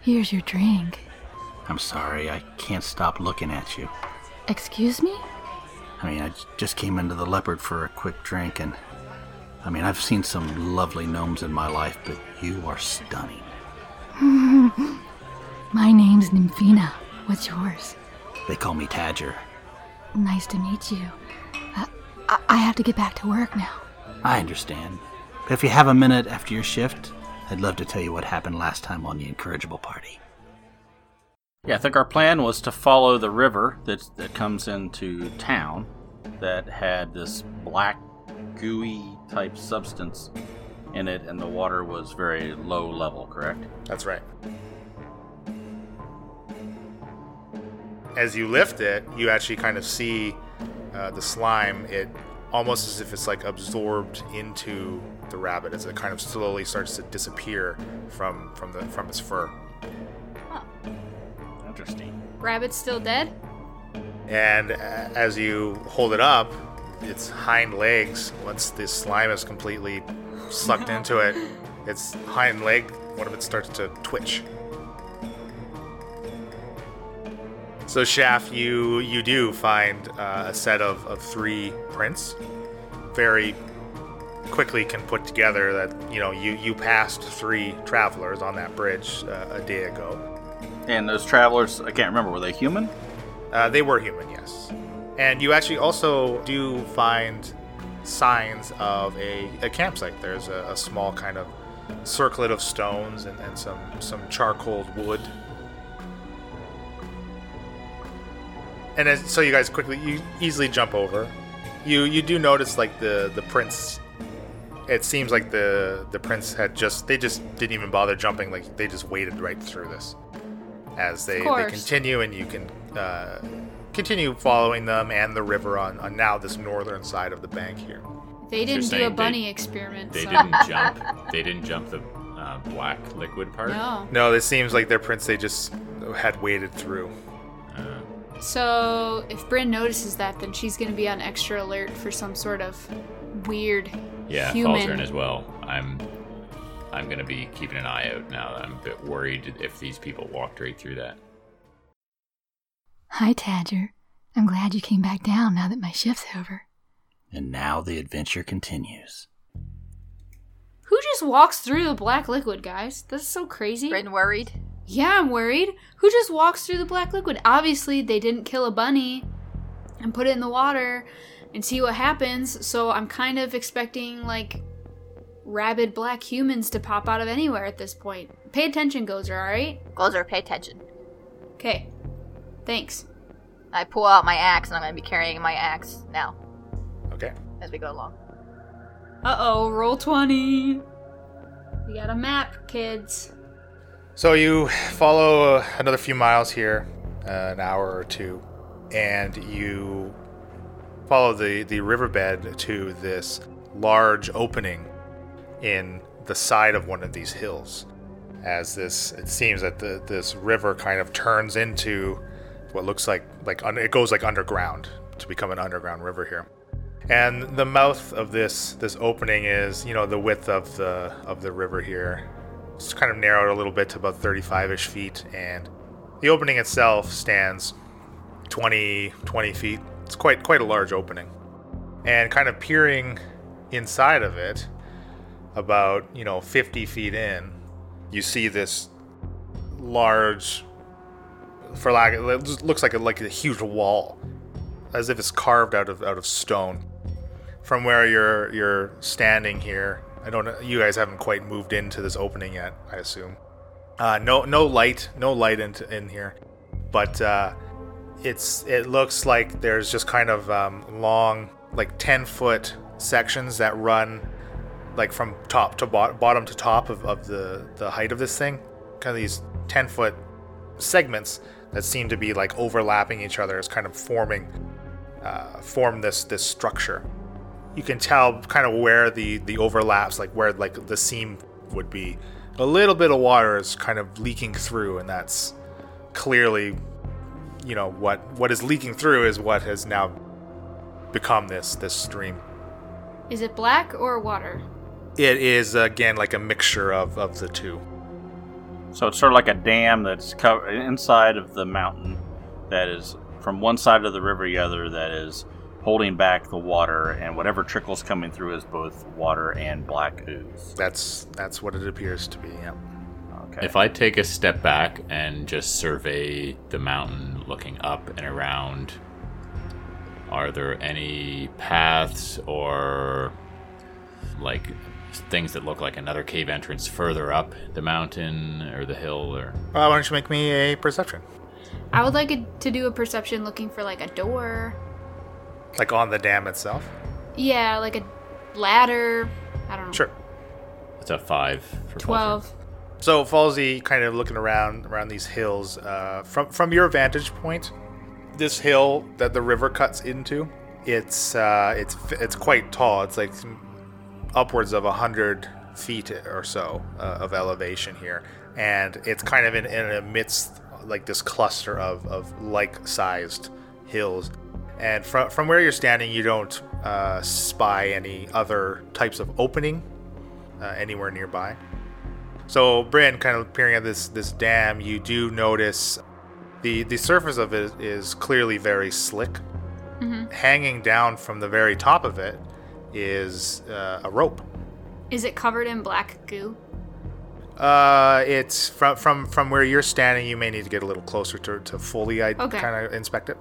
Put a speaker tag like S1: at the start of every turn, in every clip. S1: Here's your drink.
S2: I'm sorry, I can't stop looking at you.
S1: Excuse me?
S2: I mean, I j- just came into the Leopard for a quick drink, and I mean, I've seen some lovely gnomes in my life, but you are stunning.
S1: My name's Nymphina. What's yours?
S2: They call me Tadger.
S1: Nice to meet you. I, I, I have to get back to work now.
S2: I understand. But if you have a minute after your shift, I'd love to tell you what happened last time on the Incorrigible Party.
S3: Yeah, I think our plan was to follow the river that that comes into town that had this black gooey type substance in it and the water was very low level, correct?
S4: That's right. As you lift it, you actually kind of see uh, the slime. It almost as if it's like absorbed into the rabbit as it kind of slowly starts to disappear from from the from its fur.
S3: Interesting.
S5: Rabbit's still dead?
S4: And uh, as you hold it up, its hind legs, once the slime is completely sucked into it, its hind leg, one of it starts to twitch. So, Shaft, you, you do find uh, a set of, of three prints. Very quickly can put together that, you know, you, you passed three travelers on that bridge uh, a day ago.
S3: And those travelers, I can't remember, were they human?
S4: Uh, they were human, yes. And you actually also do find signs of a, a campsite. There's a, a small kind of circlet of stones and, and some, some charcoal wood. And as, so you guys quickly, you easily jump over. You you do notice like the the prince. It seems like the the prince had just they just didn't even bother jumping. Like they just waded right through this. As they, they
S5: course.
S4: continue and you can uh, continue following them and the river on, on now this northern side of the bank here.
S5: They
S6: You're
S5: didn't do
S6: saying
S5: a
S6: they-
S5: bunny experiment.
S6: They
S5: so-
S6: didn't jump. They didn't jump the uh, black liquid part.
S5: No.
S4: No, this seems like their prince they just had waded through.
S6: Uh,
S5: So if Bryn notices that, then she's gonna be on extra alert for some sort of weird
S6: yeah,
S5: human.
S6: Falzern as well. I'm I'm gonna be keeping an eye out now. I'm a bit worried if these people walked right through that.
S1: Hi, Tadger. I'm glad you came back down now that my shift's over.
S2: And now the adventure continues.
S5: Who just walks through the black liquid, guys? That's so crazy.
S7: Bryn worried.
S5: Yeah, I'm worried. Who just walks through the black liquid? Obviously, they didn't kill a bunny and put it in the water and see what happens. So I'm kind of expecting like rabid black humans to pop out of anywhere at this point. Pay attention, Gozer, all right?
S7: Gozer, pay attention.
S5: Okay. Thanks.
S7: I pull out my axe, and I'm going to be carrying my axe now
S4: Okay.
S7: as we go along.
S5: Uh-oh, roll 20. We got a map, kids.
S4: So you follow uh, another few miles here, uh, an hour or two, and you follow the, the riverbed to this large opening in the side of one of these hills. As this, it seems that the, this river kind of turns into what looks like like un, it goes like underground to become an underground river here. And the mouth of this this opening is, you know, the width of the of the river here. It's kind of narrowed a little bit to about 35-ish feet and the opening itself stands 20 20 feet. It's quite quite a large opening. And kind of peering inside of it about, you know, 50 feet in, you see this large for lack of, it just looks like a, like a huge wall as if it's carved out of out of stone. From where you're you're standing here, I don't know. You guys haven't quite moved into this opening yet, I assume. Uh, no no light, no light in, in here, but uh, it's it looks like there's just kind of um, long, like ten foot sections that run like from top to bot- bottom to top of, of the the height of this thing. Kind of these ten foot segments that seem to be like overlapping each other, is kind of forming uh, form this this structure. You can tell kind of where the the overlaps, like where like the seam would be. A little bit of water is kind of leaking through, and that's clearly, you know, what what is leaking through is what has now become this this stream.
S5: Is it black or water?
S4: It is again like a mixture of of the two.
S3: So it's sort of like a dam that's covered inside of the mountain that is from one side of the river to the other that is holding back the water, and whatever trickles coming through is both water and black ooze.
S4: That's that's what it appears to be. Yep.
S3: Okay.
S6: If I take a step back and just survey the mountain looking up and around, are there any paths or like things that look like another cave entrance further up the mountain or the hill or
S4: Uh, why don't you make me a perception,
S5: I would like it to do a perception looking for like a door.
S4: like on the dam itself?
S5: Yeah, like a ladder. I don't know.
S4: Sure.
S6: it's a five for both of you.
S5: 12.
S4: So Falsey, kind of looking around around these hills, uh, from from your vantage point, this hill that the river cuts into, it's uh, it's it's quite tall. It's like upwards of hundred feet or so uh, of elevation here, and it's kind of in, in amidst like this cluster of, of like-sized hills. And from from where you're standing, you don't uh, spy any other types of opening uh, anywhere nearby. So, Bryn, kind of peering at this this dam, you do notice the the surface of it is clearly very slick.
S5: Mm-hmm.
S4: Hanging down from the very top of it is uh, a rope.
S5: Is it covered in black goo?
S4: Uh, it's from from from where you're standing. You may need to get a little closer to to fully I
S5: Okay.
S4: kind of inspect it.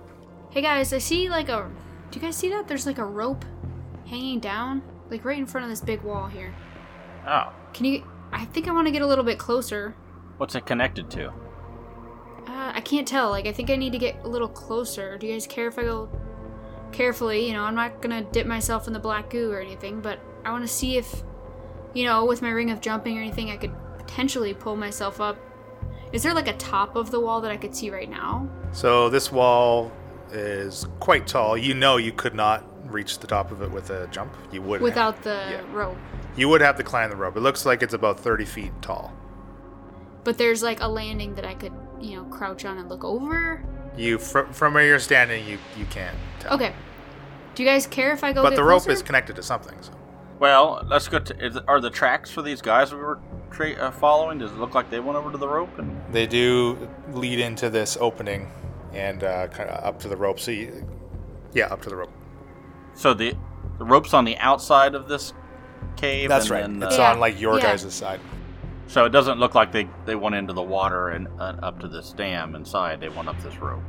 S5: Hey guys, I see like a. Do you guys see that? There's like a rope hanging down, like right in front of this big wall here.
S3: oh,
S5: Can you. I think I want to get a little bit closer.
S3: what's it connected to?
S5: Uh, I can't tell. Like, I think I need to get a little closer. Do you guys care if I go carefully? You know, I'm not gonna dip myself in the black goo or anything, but I want to see if, you know, with my ring of jumping or anything, I could potentially pull myself up. Is there like a top of the wall that I could see right now?
S4: So this wall is quite tall. You know you could not reach the top of it with a jump. You would
S5: Without the
S4: Yeah.
S5: rope.
S4: you would have to climb the rope. It looks like it's about thirty feet tall.
S5: But there's like a landing that I could, you know, crouch on and look over.
S4: You from, from where you're standing, you you can't tell.
S5: Okay. Do you guys care if I go
S4: but
S5: get
S4: the rope
S5: closer?
S4: is connected to something. So.
S3: Well, Oh, let's go to. Is, are the tracks for these guys we were tra- uh, following? Does it look like they went over to the rope? And
S4: They do lead into this opening and uh, kind of up to the rope. So, you, yeah, up to the rope.
S3: so the the rope's on the outside of this cave.
S4: That's
S3: and
S4: right.
S3: then,
S4: it's
S3: uh,
S5: Yeah.
S4: on like your
S5: Yeah.
S4: guys' side.
S3: So it doesn't look like they they went into the water and uh, up to this dam inside. They went up this rope.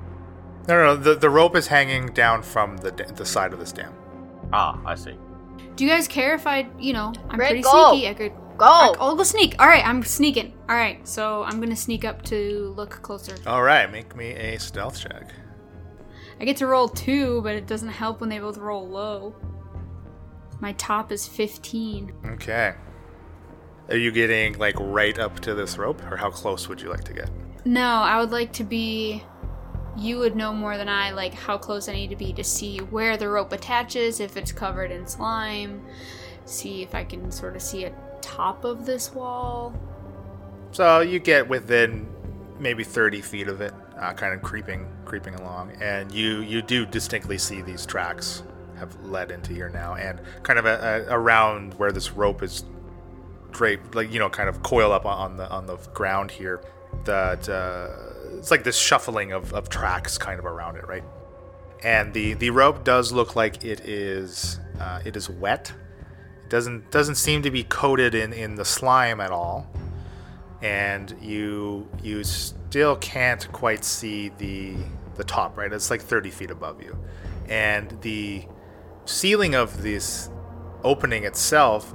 S4: No, no, no. The, the rope is hanging down from the da- the side of this dam.
S3: Ah, I see.
S5: Do you guys care if I, you know, I'm
S7: Red,
S5: pretty
S7: go.
S5: sneaky. I could
S7: Go.
S5: I'll go sneak. All right, I'm sneaking. All right, so I'm gonna sneak up to look closer.
S4: All right, make me a stealth check.
S5: I get to roll two, but it doesn't help when they both roll low. My top is 15.
S4: Okay. Are you getting like right up to this rope, or how close would you like to get?
S5: No, I would like to be. You would know more than I, like how close I need to be to see where the rope attaches, if it's covered in slime, see if I can sort of see a top of this wall.
S4: So you get within maybe 30 feet of it, uh, kind of creeping, creeping along, and you you do distinctly see these tracks have led into here now, and kind of a, a, around where this rope is draped, like you know, kind of coil up on- on the on the ground here. That uh, it's like this shuffling of, of tracks kind of around it, right? And the the rope does look like it is uh, it is wet. It doesn't doesn't seem to be coated in in the slime at all and you you still can't quite see the the top right it's like 30 feet above you and the ceiling of this opening itself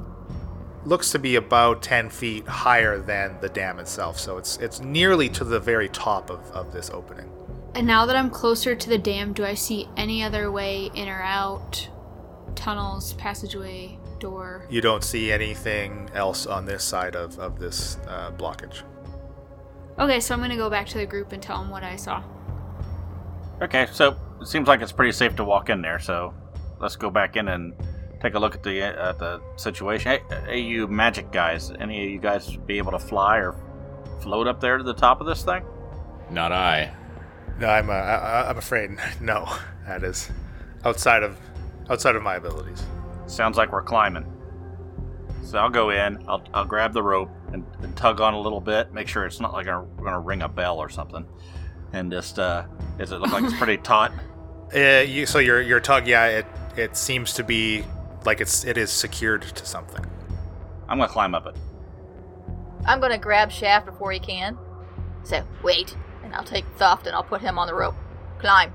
S4: looks to be about 10 feet higher than the dam itself so it's it's nearly to the very top of, of this opening
S5: And now that I'm closer to the dam, do I see any other way in or out? Tunnels, passageway, door.
S4: you don't see anything else on this side of, of this uh, blockage
S5: Okay, so I'm gonna go back to the group and tell them what I saw.
S3: Okay, so it seems like it's pretty safe to walk in there. So let's go back in and take a look at the at the situation. Hey, hey, you magic guys! Any of you guys be able to fly or float up there to the top of this thing?
S6: not i
S4: no i'm uh, I, I- i'm afraid no that is outside of outside of my abilities
S3: Sounds like we're climbing. So I'll go in, I'll, I'll grab the rope and, and tug on a little bit, make sure it's not like I'm gonna ring a bell or something. And just, uh, does it look like it's pretty taut?
S4: Uh, you, so your your tug, yeah, it it seems to be like it's it is secured to something.
S3: I'm gonna climb up it.
S7: I'm gonna grab Shaft before he can. So, wait. And I'll take Thoft and I'll put him on the rope. Climb.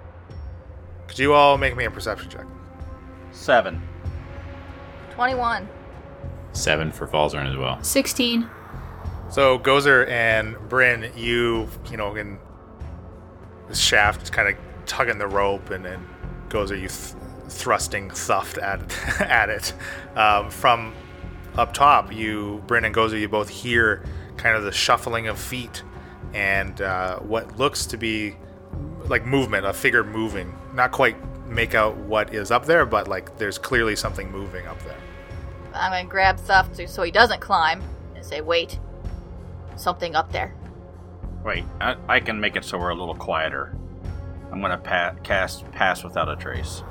S4: Could you all make me a perception check?
S3: Seven.
S7: 21.
S6: Seven for Falzern as well.
S5: 16.
S4: So Gozer and Bryn, you you know, in this shaft, kind of tugging the rope, and then Gozer, you th- thrusting thuft at at it um, from up top. You, Bryn and Gozer, you both hear kind of the shuffling of feet and uh, what looks to be like movement, a figure moving. Not quite make out what is up there, but like there's clearly something moving up there.
S7: I'm gonna grab Thoft so- so he doesn't climb and say, wait. Something up there.
S3: Wait, I, I can make it so we're a little quieter. I'm gonna pa- cast Pass Without a Trace.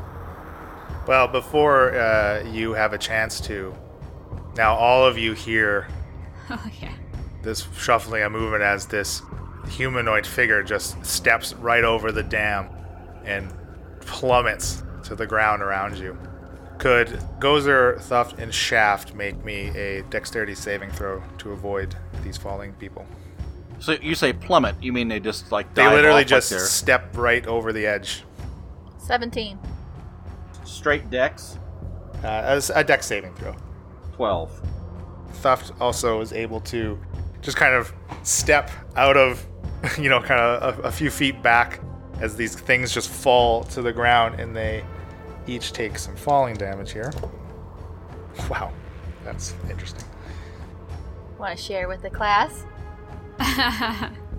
S4: Well, before uh, you have a chance to, now all of you hear
S5: Oh, yeah.
S4: this shuffling and movement as this humanoid figure just steps right over the dam and plummets to the ground around you. Could Gozer, Thuft, and Shaft make me a dexterity saving throw to avoid these falling people?
S3: So you say plummet? You mean they just like
S4: They
S3: dive off
S4: literally
S3: like
S4: just
S3: they're
S4: step right over the edge.
S7: 17.
S3: straight decks?
S4: Uh, as a dex saving throw.
S3: Twelve.
S4: Thuft also is able to just kind of step out of, you know, kind of a, a few feet back as these things just fall to the ground and they each take some falling damage here. Wow, that's interesting.
S7: Wanna share with the class?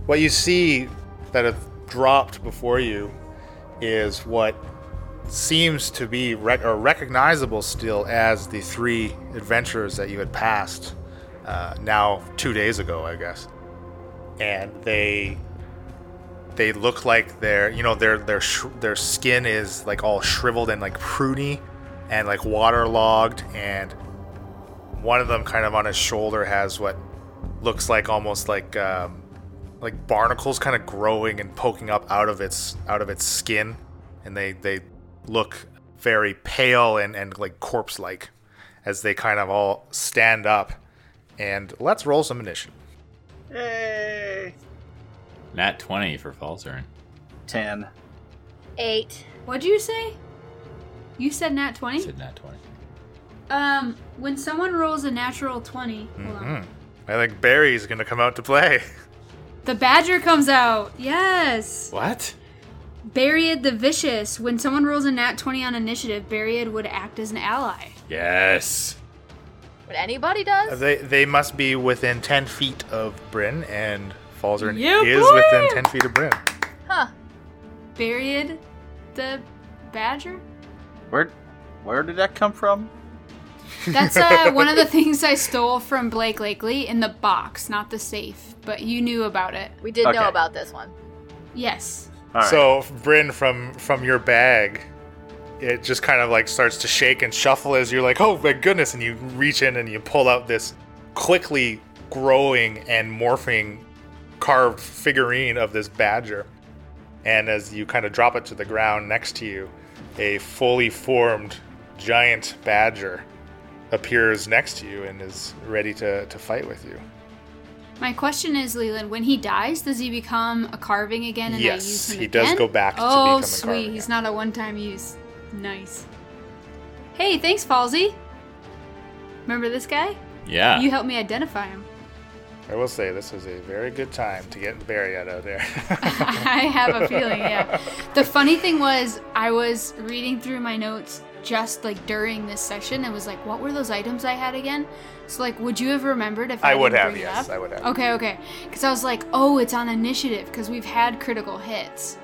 S4: What you see that have dropped before you is what seems to be rec- or recognizable still as the three adventurers that you had passed uh, now two days ago, I guess. And they they look like they're you know their their sh- their skin is like all shriveled and like pruny and like waterlogged and one of them kind of on his shoulder has what looks like almost like um, like barnacles kind of growing and poking up out of its out of its skin and they they look very pale and and like corpse like as they kind of all stand up and let's roll some initiative
S3: Hey.
S6: Nat 20 for Falzern.
S3: Ten.
S7: 8.
S5: What'd you say? You said nat
S6: I
S5: 20?
S6: said Nat 20.
S5: Um, when someone rolls a natural 20, hold on.
S4: i think barry's gonna come out to play
S5: the badger comes out. Yes.
S6: What?
S5: Buried the Vicious. When someone rolls a nat 20 on initiative, Buried would act as an ally.
S6: Yes.
S7: But anybody does?
S4: they they must be within 10 feet of bryn and falzern
S5: Yeah,
S4: is
S5: boy!
S4: within 10 feet of bryn
S7: Huh.
S5: Buried the Badger?
S3: Where, where did that come from?
S5: That's uh, one of the things I stole from Blake Lakely in the box, not the safe, but you knew about it.
S7: We did know
S3: Okay.
S7: about this one.
S5: Yes.
S3: All right.
S4: So Bryn from from your bag, it just kind of like starts to shake and shuffle as you're like, oh my goodness, and you reach in and you pull out this quickly growing and morphing carved figurine of this badger. And as you kind of drop it to the ground next to you, a fully formed giant badger appears next to you and is ready to, to fight with you.
S5: My question is, Leland, when he dies, does he become a carving again and
S4: Yes,
S5: I use him
S4: he does
S5: again?
S4: go back to
S5: Oh,
S4: become a
S5: sweet.
S4: carving,
S5: He's
S4: yeah.
S5: not a one time use. Nice. Hey, thanks, Falsey. Remember this guy?
S6: Yeah.
S5: You helped me identify him.
S4: I will say this is a very good time to get Barriette out of there.
S5: I have a feeling, yeah. The funny thing was, I was reading through my notes just like during this session and was like, what were those items I had again? So, like, would you have remembered if I,
S4: I would
S5: didn't
S4: have,
S5: bring it
S4: yes,
S5: up?
S4: I would have.
S5: Okay, okay. Because I was like, oh, it's on initiative because we've had critical hits.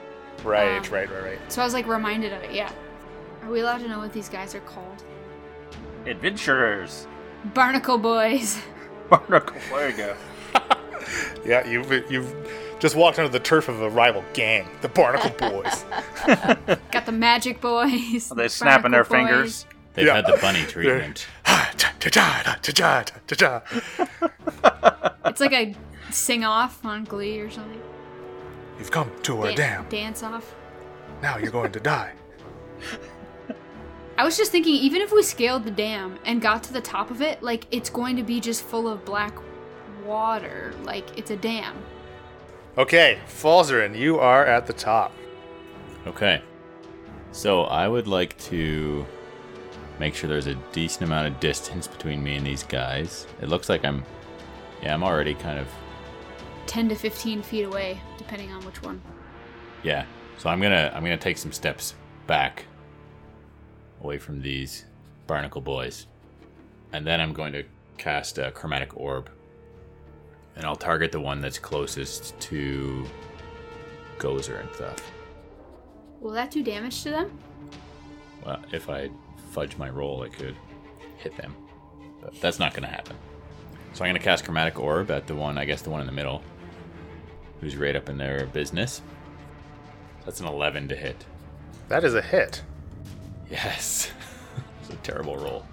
S4: Right,
S5: Um,
S4: right, right, right.
S5: So I was like reminded of it, yeah. Are we allowed to know what these guys are called?
S3: Adventurers.
S5: Barnacle Boys.
S3: Barnacle. There you go.
S4: Yeah, you've you've just walked onto the turf of a rival gang, the Barnacle Boys.
S5: Got the Magic Boys.
S3: Are they snapping their
S5: Barnacle Boys.
S3: fingers?
S6: They've
S4: Yeah.
S6: had the bunny treatment.
S4: Ah, ta ta ta ta ta ta ta.
S5: It's like a sing off on Glee or something.
S4: You've come to a
S5: Dan-
S4: dam.
S5: Dance off.
S4: Now you're going to die.
S5: I was just thinking, even if we scaled the dam and got to the top of it, like it's going to be just full of black water. Like it's a dam.
S4: Okay, Falzarin, you are at the top.
S6: Okay. So I would like to make sure there's a decent amount of distance between me and these guys. It looks like I'm. Yeah, I'm already kind of
S5: 10 to 15 feet away, depending on which one.
S6: Yeah. So I'm gonna I'm gonna take some steps back away from these barnacle boys. And then I'm going to cast a chromatic orb. And I'll target the one that's closest to Gozer and stuff.
S5: Will that do damage to them?
S6: Well, if I fudge my roll, I could hit them. But that's not gonna happen. So I'm gonna cast chromatic orb at the one, I guess the one in the middle, who's right up in their business. That's an 11 to hit.
S4: That is a hit.
S6: Yes. it's a terrible roll.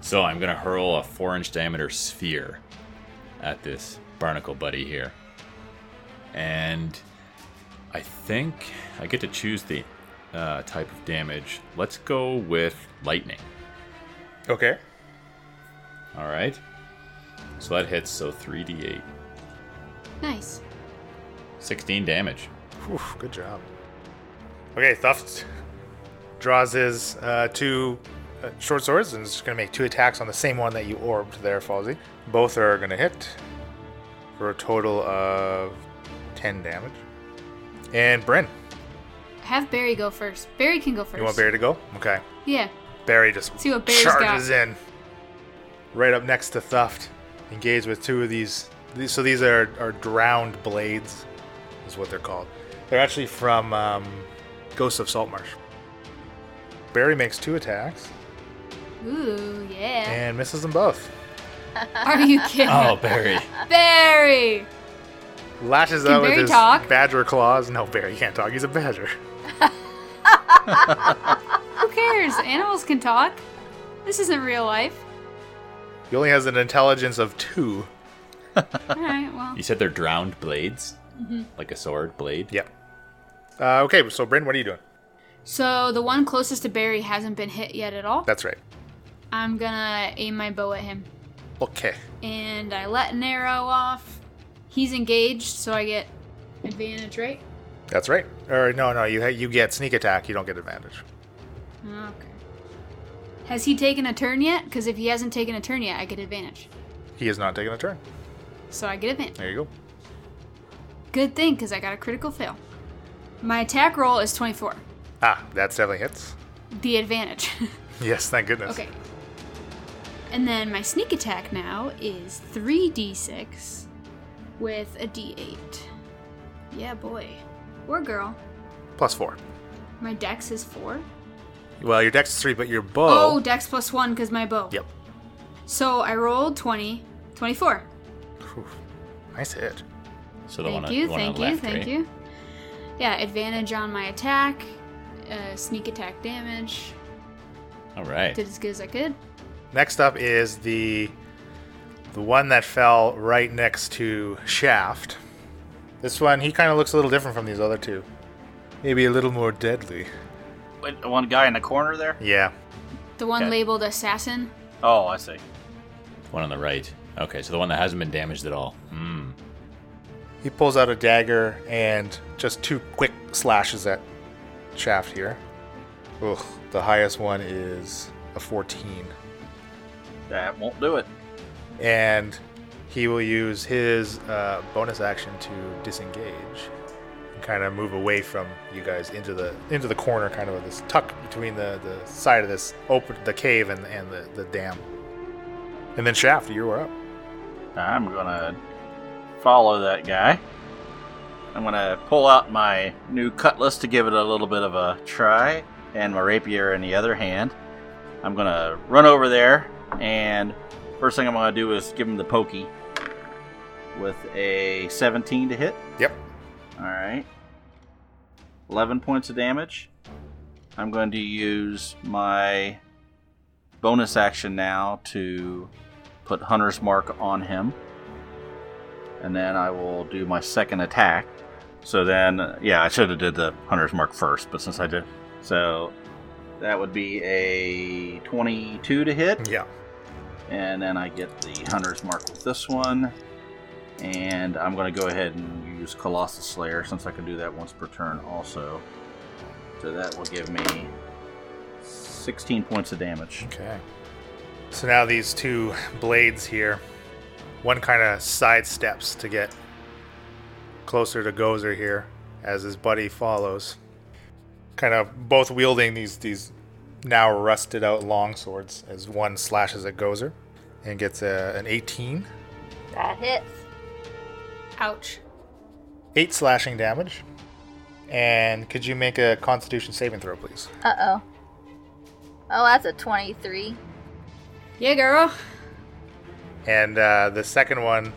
S6: So I'm going to hurl a four inch diameter sphere at this barnacle buddy here. And I think I get to choose the uh, type of damage. Let's go with lightning.
S4: Okay.
S6: All right. So that hits, so 3d8.
S5: Nice.
S6: 16 damage.
S4: Whew, good job. Okay, Thuft draws his uh, two uh, short swords and is just going to make two attacks on the same one that you orbed there, Falsey. Both are going to hit for a total of 10 damage. And Bryn,
S5: Have Barry go first. Barry can go first.
S4: you want Barry to go? Okay.
S5: Yeah.
S4: Barry just
S5: See what Barry's
S4: charges
S5: got.
S4: in. Right up next to Thuft. Engage with two of these. these so these are, are drowned blades, is what they're called. They're actually from um, Ghosts of Saltmarsh. Barry makes two attacks
S5: Ooh, yeah.
S4: and misses them both.
S5: Are you kidding?
S6: Oh, Barry.
S5: Barry!
S4: Lashes
S5: Can
S4: out with
S5: Barry
S4: his
S5: talk?
S4: badger claws. No, Barry can't talk. He's a badger.
S5: Who cares? Animals can talk. This isn't real life.
S4: He only has an intelligence of two.
S5: Alright, well.
S6: you said they're drowned blades?
S5: Mm-hmm.
S6: Like a sword blade?
S4: Yep. Uh, okay, so Bryn, what are you doing?
S5: So the one closest to Barry hasn't been hit yet at all.
S4: That's right.
S5: I'm gonna aim my bow at him.
S4: Okay.
S5: And I let an arrow off. He's engaged, so I get advantage, right?
S4: That's right. Or no, no, you ha- you get sneak attack. You don't get advantage.
S5: Okay. Has he taken a turn yet? Because if he hasn't taken a turn yet, I get advantage.
S4: He has not taken a turn.
S5: So I get advantage.
S4: There you go.
S5: Good thing, because I got a critical fail. My attack roll is 24.
S4: Ah, that's definitely hits.
S5: The advantage.
S4: Yes, thank goodness.
S5: okay. And then my sneak attack now is 3d6 with a d8. Yeah, boy. Or girl.
S4: Plus four.
S5: My dex is 4.
S4: Well, your dex is three, but your
S5: Oh,
S4: bow.
S5: dex plus 1 because my bow.
S4: Yep.
S5: So I rolled 20, 24.
S4: Phew. Nice hit.
S6: So the
S5: thank
S6: one, on-
S5: you,
S6: the one
S5: thank
S6: on
S5: you,
S6: the left,
S5: thank
S6: right?
S5: you. Yeah, advantage on my attack, uh, sneak attack damage.
S6: All right.
S5: Did as good as I could.
S4: Next up is the the one that fell right next to Shaft. This one, he kind of looks a little different from these other two. Maybe a little more deadly.
S3: Wait, one guy in the corner there?
S4: Yeah.
S5: The one
S3: Okay.
S5: labeled assassin.
S3: Oh, I see.
S6: One on the right. Okay, so the one that hasn't been damaged at all. Hmm.
S4: He pulls out a dagger and just two quick slashes at Shaft here. Ugh, the highest one is a 14.
S3: That won't do it.
S4: and he will use his uh, bonus action to disengage and kind of move away from you guys into the into the corner kind of this tuck between the, the side of this open the cave and, and the, the dam and then shaft you are up
S3: I'm gonna follow that guy. I'm gonna pull out my new cutlass to give it a little bit of a try, and my rapier in the other hand. I'm gonna run over there, and first thing I'm gonna do is give him the pokey with a 17 to hit.
S4: yep
S3: All right. 11 points of damage. I'm going to use my bonus action now to put Hunter's Mark on him. And then I will do my second attack. So then, uh, yeah, I should have did the Hunter's Mark first, but since I did, so that would be a 22 to hit.
S4: Yeah.
S3: And then I get the Hunter's Mark with this one. And I'm going to go ahead and use Colossal Slayer since I can do that once per turn also. So that will give me 16 points of damage.
S4: Okay. So now these two blades here, one kind of sidesteps to get closer to Gozer here as his buddy follows. Kind of both wielding these these now rusted out long swords as one slashes at Gozer and gets a, an 18,
S7: That hits.
S5: Ouch.
S4: 8 slashing damage. And could you make a constitution saving throw, please?
S7: Uh oh. Oh, that's a 23.
S5: Yeah, girl.
S4: And uh, the second one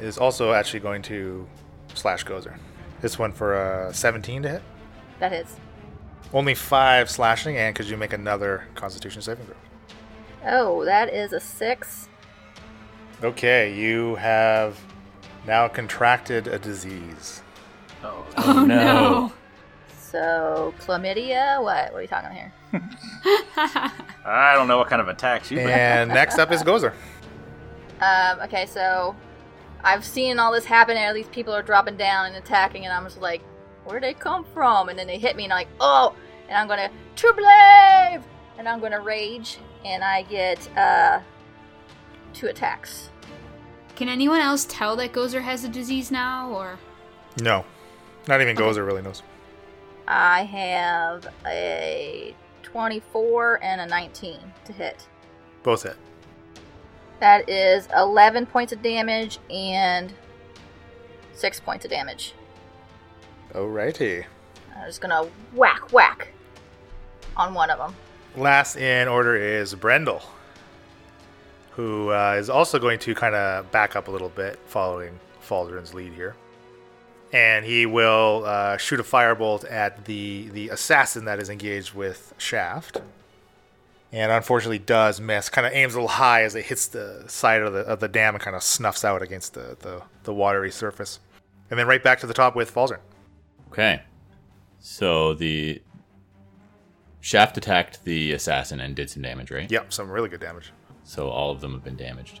S4: is also actually going to slash Gozer. This one for uh, 17 to hit.
S7: That hits.
S4: Only five slashing, and could you make another Constitution saving throw?
S7: Oh, that is a 6.
S4: Okay, you have now contracted a disease.
S3: Oh,
S5: Oh,
S6: no.
S7: So, chlamydia? What? What are you talking here?
S3: I don't know what kind of attacks you
S4: And next up is Gozer.
S7: Um, okay, so I've seen all this happen, and these people are dropping down and attacking, and I'm just like, where'd they come from? And then they hit me, and I'm like, oh! And I'm gonna true blade, and I'm gonna rage, and I get uh, two attacks.
S5: Can anyone else tell that Gozer has a disease now, or
S4: No, not even Gozer really knows.
S7: I have a 24 and a 19 to hit.
S4: Both hit.
S7: That is 11 points of damage and 6 points of damage.
S4: Alrighty.
S7: I'm just gonna whack, whack on one of them.
S4: Last in order is Brendel, who uh, is also going to kind of back up a little bit following Faldrin's lead here. And he will uh, shoot a firebolt at the, the assassin that is engaged with Shaft. And unfortunately does miss, kind of aims a little high as it hits the side of the, of the dam and kind of snuffs out against the, the, the watery surface. And then right back to the top with Faldrin.
S6: Okay. So the shaft attacked the assassin and did some damage, right?
S4: Yep, some really good damage.
S6: So all of them have been damaged.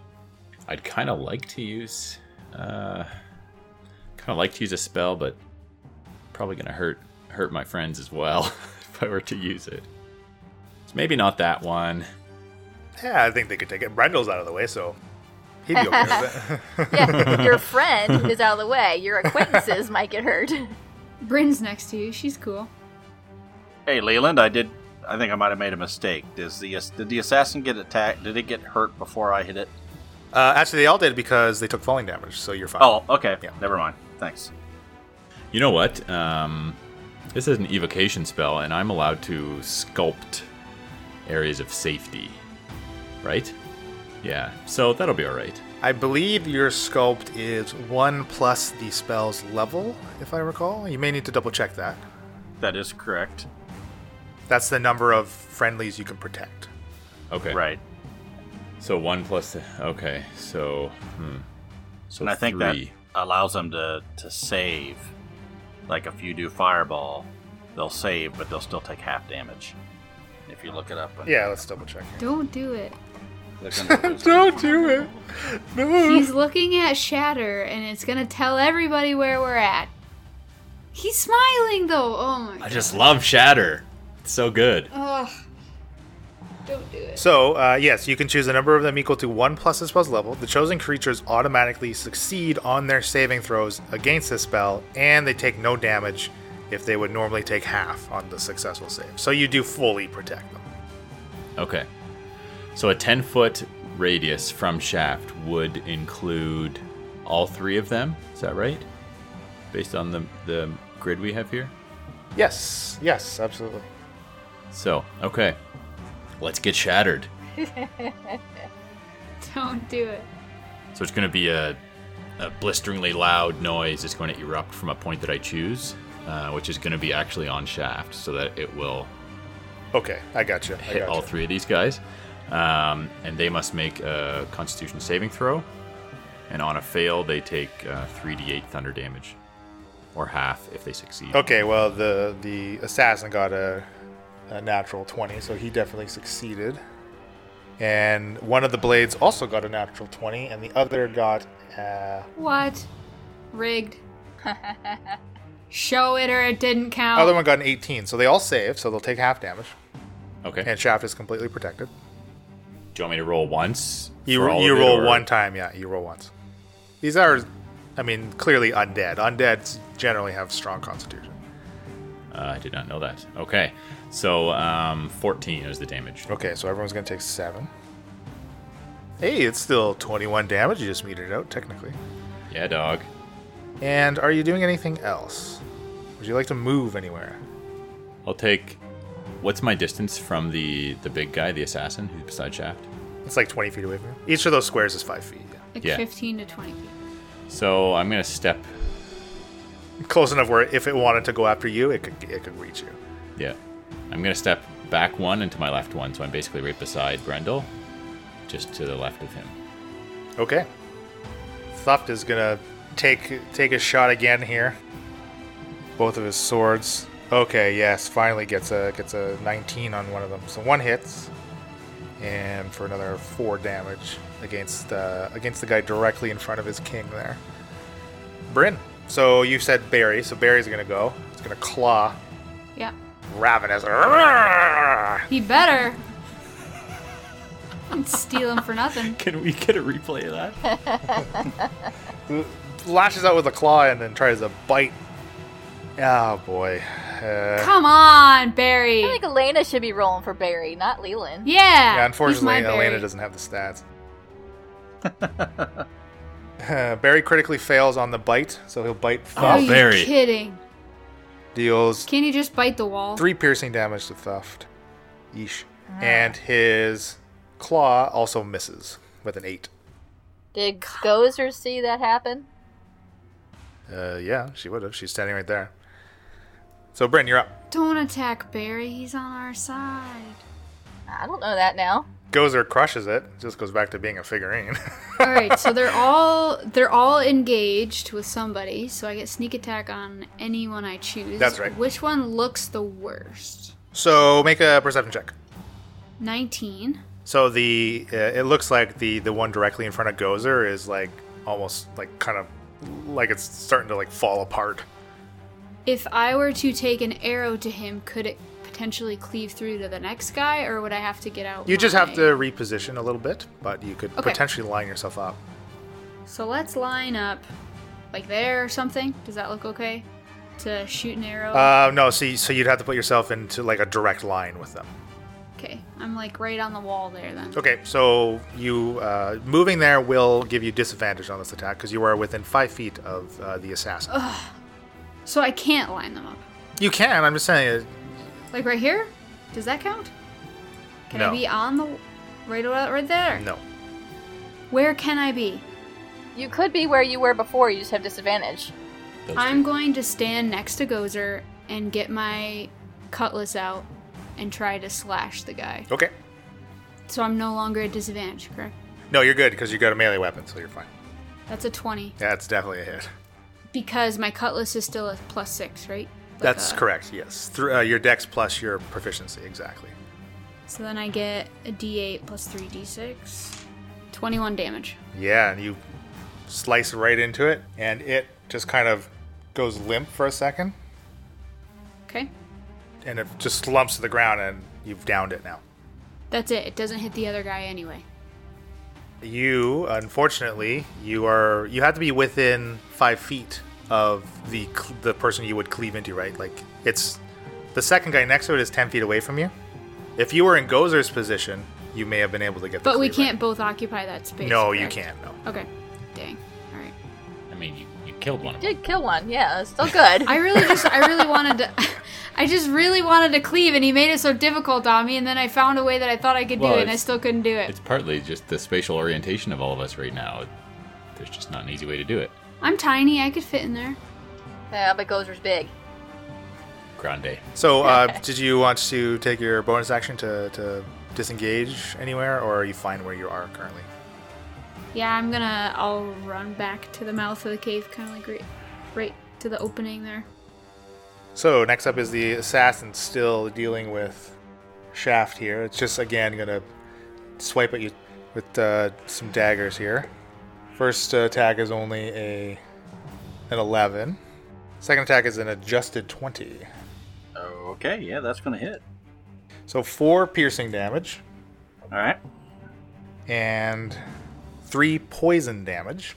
S6: I'd kind of like to use, uh, kind of like to use a spell, but probably gonna hurt hurt my friends as well if I were to use it. So maybe not that one.
S4: Yeah, I think they could take it. Brendel's out of the way, so he'd be okay with it.
S7: Yeah, your friend is out of the way. Your acquaintances might get hurt.
S5: Bryn's next to you? She's cool.
S3: Hey, Leland, I did. I think I might have made a mistake. Does the did the assassin get attacked? Did it get hurt before I hit it?
S4: Uh, actually, they all did because they took falling damage, so you're fine.
S3: Oh, okay.
S4: Yeah.
S3: Never mind. Thanks.
S6: You know what? Um, this is an evocation spell, and I'm allowed to sculpt areas of safety, right? Yeah. So that'll be all right.
S4: I believe your sculpt is one plus the spell's level, if I recall. You may need to double check that.
S3: That is correct.
S4: That's the number of friendlies you can protect.
S6: Okay.
S3: Right.
S6: So one plus. The, okay. So. Hmm. So
S3: and I think
S6: three.
S3: that allows them to to save. Like if you do fireball, they'll save, but they'll still take half damage. If you look it up, and
S4: Yeah, let's double check.
S5: Don't do it.
S3: they're gonna lose-
S4: Don't do it. No.
S5: He's looking at Shatter, and it's gonna tell everybody where we're at. He's smiling though. Oh my.
S6: I just love Shatter. It's so good.
S5: Ugh. Don't do it.
S4: So, uh, yes, you can choose a number of them equal to one plus the spell's level. The chosen creatures automatically succeed on their saving throws against the spell, and they take no damage if they would normally take half on the successful save. So you do fully protect them.
S6: Okay. So a 10 foot radius from shaft would include all three of them. Is that right? Based on the, the grid we have here?
S4: Yes, yes, absolutely.
S6: So, okay. Let's get shattered.
S5: Don't do it.
S6: So it's going to be a, a blisteringly loud noise that's going to erupt from a point that I choose, uh, which is going to be actually on shaft so that it will
S4: Okay, I got you. I
S6: hit
S4: got
S6: all three of these guys. um, and they must make a Constitution saving throw. And on a fail, they take uh, 3d8 thunder damage, or half if they succeed.
S4: Okay, well the the assassin got a, a natural twenty, so he definitely succeeded. And one of the blades also got a natural twenty, and the other got uh,
S5: What? Rigged. Show it or it didn't count.
S4: other one got an eighteen. So they all save, so they'll take half damage.
S6: Okay.
S4: And shaft is completely protected.
S6: Do you want me to roll once?
S4: You
S6: for all
S4: you
S6: of it,
S4: roll
S6: or-
S4: one time, yeah. You roll once. These are, I mean, clearly undead. Undeads generally have strong constitution.
S6: Uh, I did not know that. Okay. So um, 14 is the damage.
S4: Okay, so everyone's gonna take seven. Hey, it's still twenty-one damage. You just metered out technically.
S6: Yeah, dog.
S4: And are you doing anything else? Would you like to move anywhere?
S6: I'll take. What's my distance from the the big guy, the assassin, who's beside Shaft?
S4: It's like 20 feet away from you. Each of those squares is five feet. Yeah.
S5: like
S6: yeah.
S5: 15 to 20 feet.
S6: So I'm gonna step.
S4: Close enough where if it wanted to go after you, it could it could reach you.
S6: Yeah, I'm gonna step back one and to my left one. So I'm basically right beside Brendel, just to the left of him.
S4: Okay. Thuft is gonna take take a shot again here. Both of his swords. Okay, yes, finally gets a gets a 19 on one of them. So one hits, and for another four damage against uh, against the guy directly in front of his king there. Bryn. So you said Barry. So Barry's gonna go. It's gonna claw
S5: Yeah.
S4: ravenous.
S5: He better. I'd steal him for nothing.
S6: Can we get a replay of that?
S4: Lashes out with a claw and then tries to bite. Oh boy. Uh,
S5: Come on, Barry.
S7: I think Elena should be rolling for Barry, not Leland.
S5: Yeah.
S4: yeah,
S5: he's my
S4: unfortunately, Elena
S5: Barry.
S4: doesn't have the stats. Uh, Barry critically fails on the bite, so he'll bite.
S5: Are
S4: Thuft.
S5: you
S6: Barry.
S5: kidding?
S4: Deals
S5: Can you just bite the wall?
S4: three piercing damage to Thuft. Yeesh.
S5: Ah.
S4: And his claw also misses with an eight.
S7: Did Gozer see that happen?
S4: Uh, yeah, she would have. She's standing right there. So, Bryn, you're up.
S5: Don't attack Barry. He's on our side.
S7: I don't know that now.
S4: Gozer crushes it. Just goes back to being a figurine.
S5: all right, so they're all they're all engaged with somebody, so I get sneak attack on anyone I choose.
S4: That's right.
S5: Which one looks the worst?
S4: so, make a perception check.
S5: 19.
S4: So the uh, it looks like the the one directly in front of Gozer is like almost like kind of like it's starting to like fall apart.
S5: If I were to take an arrow to him, could it potentially cleave through to the next guy, or would I have to get out?
S4: You just have
S5: my-
S4: to reposition a little bit, but you could
S5: Okay.
S4: potentially line yourself up.
S5: So let's line up, like there or something. Does that look okay? To shoot an arrow.
S4: Uh, no, so you, so you'd have to put yourself into like a direct line with them.
S5: okay, I'm like right on the wall there then.
S4: Okay, so you uh, moving there will give you disadvantage on this attack because you are within five feet of uh, the assassin.
S5: So I can't line them up.
S4: You can. I'm just saying. uh,
S5: Like right here? Does that count? Can
S4: No.
S5: I be on the right about right there?
S4: uh, No.
S5: Where can I be?
S7: You could be where you were before, you just have disadvantage.
S6: Those
S5: I'm going to stand next to Gozer and get my cutlass out and try to slash the guy.
S4: Okay.
S5: So I'm no longer at disadvantage, correct?
S4: No, you're good because you got a melee weapon, so you're fine.
S5: That's a 20
S4: Yeah, it's definitely a hit.
S5: because my cutlass is still a plus 6, right? Like
S4: That's
S5: a-
S4: correct. Yes, Thr uh, your dex plus your proficiency exactly.
S5: So then I get a d8 plus 3 d6. 21 damage.
S4: Yeah, and you slice right into it, and it just kind of goes limp for a second,
S5: Okay.
S4: and it just slumps to the ground, and you've downed it now.
S5: That's it. It doesn't hit the other guy anyway.
S4: You, unfortunately, you are you have to be within five feet of the cl- the person you would cleave into, right? Like it's the second guy next to it is ten feet away from you. If you were in Gozer's position, you may have been able to get. The
S5: But we
S4: cleave in.
S5: can't both occupy that space.
S4: No, you
S5: correct?
S4: can't. No.
S5: Okay. Dang. All right.
S6: I mean, you, you killed one of them.
S7: Did kill one, yeah, it's still good.
S5: I really just, I really wanted to, I just really wanted to cleave, and he made it so difficult on me, and then I found a way that I thought I could
S6: Well,
S5: do it, and I
S6: it's-
S5: still couldn't do it.
S6: It's partly just the spatial orientation of all of us right now. There's just not an easy way to do it.
S5: I'm tiny. I could fit in there.
S7: yeah, but Gozer's big.
S6: Grande.
S4: So, uh, did you want to take your bonus action to, to disengage anywhere, or are you fine where you are currently?
S5: Yeah, I'm gonna. I'll run back to the mouth of the cave, kind of like right, right to the opening there.
S4: So next up is the assassin still dealing with Shaft here. It's just again gonna swipe at you with uh, some daggers here. First uh, attack is only a an 11. Second attack is an adjusted 20.
S3: Okay, yeah, that's gonna hit.
S4: So four piercing damage
S3: All right.
S4: and three poison damage.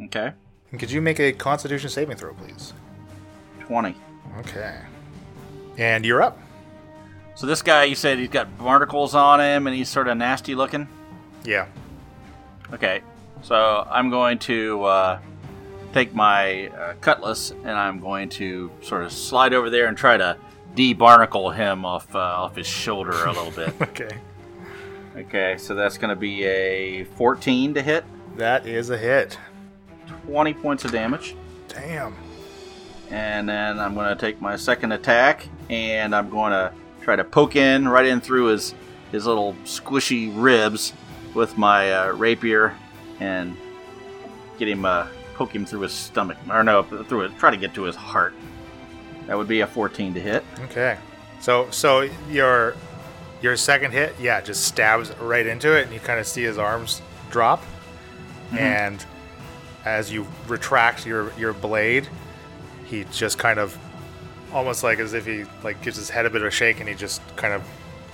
S3: Okay.
S4: And could you make a Constitution saving throw, please?
S3: Twenty.
S4: Okay. And you're up.
S3: So this guy, you said he's got barnacles on him, and he's sort of nasty looking.
S4: Yeah.
S3: Okay, so I'm going to uh, take my uh, cutlass and I'm going to sort of slide over there and try to debarnacle him off uh, off his shoulder a little bit.
S4: Okay.
S3: okay, so that's going to be a 14 to hit,
S4: That is a hit.
S3: 20 points of damage,
S4: Damn.
S3: and then I'm going to take my second attack and I'm going to try to poke in right in through his his little squishy ribs with my uh, rapier and get him uh, poke him through his stomach or no through it try to get to his heart that would be a 14 to hit
S4: Okay. So so your your second hit, yeah, just stabs right into it, and you kind of see his arms drop, and as you retract your your blade, he just kind of almost like as if he like gives his head a bit of a shake, and he just kind of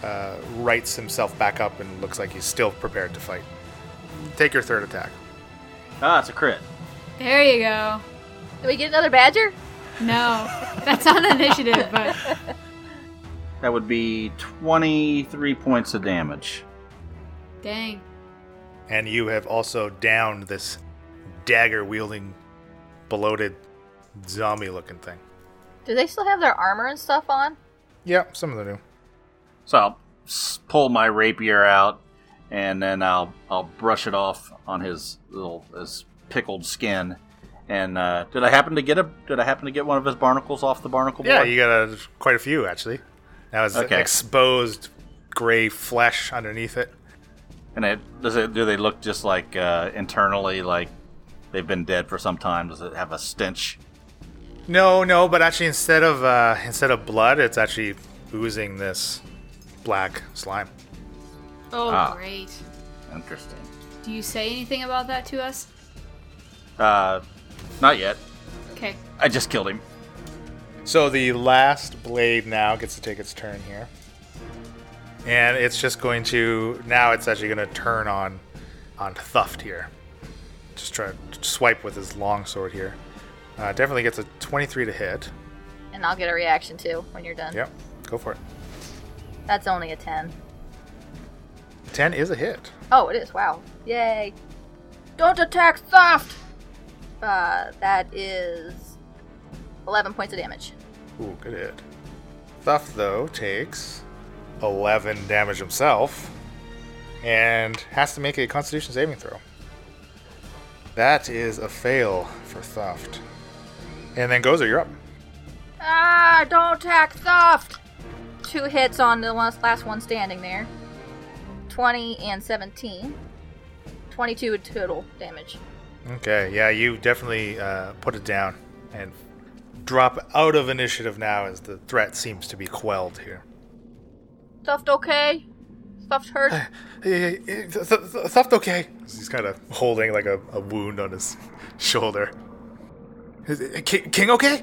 S4: uh, rights himself back up and looks like he's still prepared to fight. Take your third attack.
S3: ah it's a crit
S5: There you go.
S7: Do we get another badger?
S5: No, that's on the initiative, but
S3: that would be 23 points of damage
S5: dang.
S4: And you have also downed this dagger wielding, bloated, zombie looking thing.
S7: Do they still have their armor and stuff on?
S4: Yeah, some of them do.
S3: so i'll s- pull my rapier out and then i'll i'll brush it off on his little his pickled skin and uh, did i happen to get a did i happen to get one of his barnacles off the barnacle
S4: Yeah,
S3: board?
S4: you got a, quite a few actually. Now it's
S3: Okay.
S4: exposed gray flesh underneath it.
S3: And it does it do they look just like uh, internally like they've been dead for some time? Does it have a stench?
S4: No, no, but actually instead of uh, instead of blood, it's actually oozing this black slime.
S5: Oh,
S3: Ah.
S5: great.
S3: Interesting.
S5: Do you say anything about that to us?
S3: Uh, not yet.
S5: Okay.
S3: I just killed him.
S4: So the last blade now gets to take its turn here. And it's just going to now it's actually going to turn on on Thuft here. Just try to swipe with his longsword here. Uh, definitely gets a 23 to hit.
S7: And I'll get a reaction too when you're done.
S4: Yep. Go for it.
S7: That's only a 10.
S4: 10 is a hit.
S7: Oh, it is. Wow. Yay. Don't attack theft! Uh, that is 11 points of damage.
S4: Ooh, good hit. Thuff, though, takes 11 damage himself and has to make a constitution saving throw. That is a fail for Thuft. And then Gozer, you're up.
S7: Ah, don't attack theft! Two hits on the last last one standing there 20 and 17. 22 total damage.
S4: Okay, yeah, you definitely uh, put it down and drop out of initiative now as the threat seems to be quelled here.
S7: Theft okay? Theft hurt?
S4: Hey, hey, hey, Th- Th- Th- Thuft okay. He's kind of holding like a, a wound on his shoulder. Is it- Ki- King okay?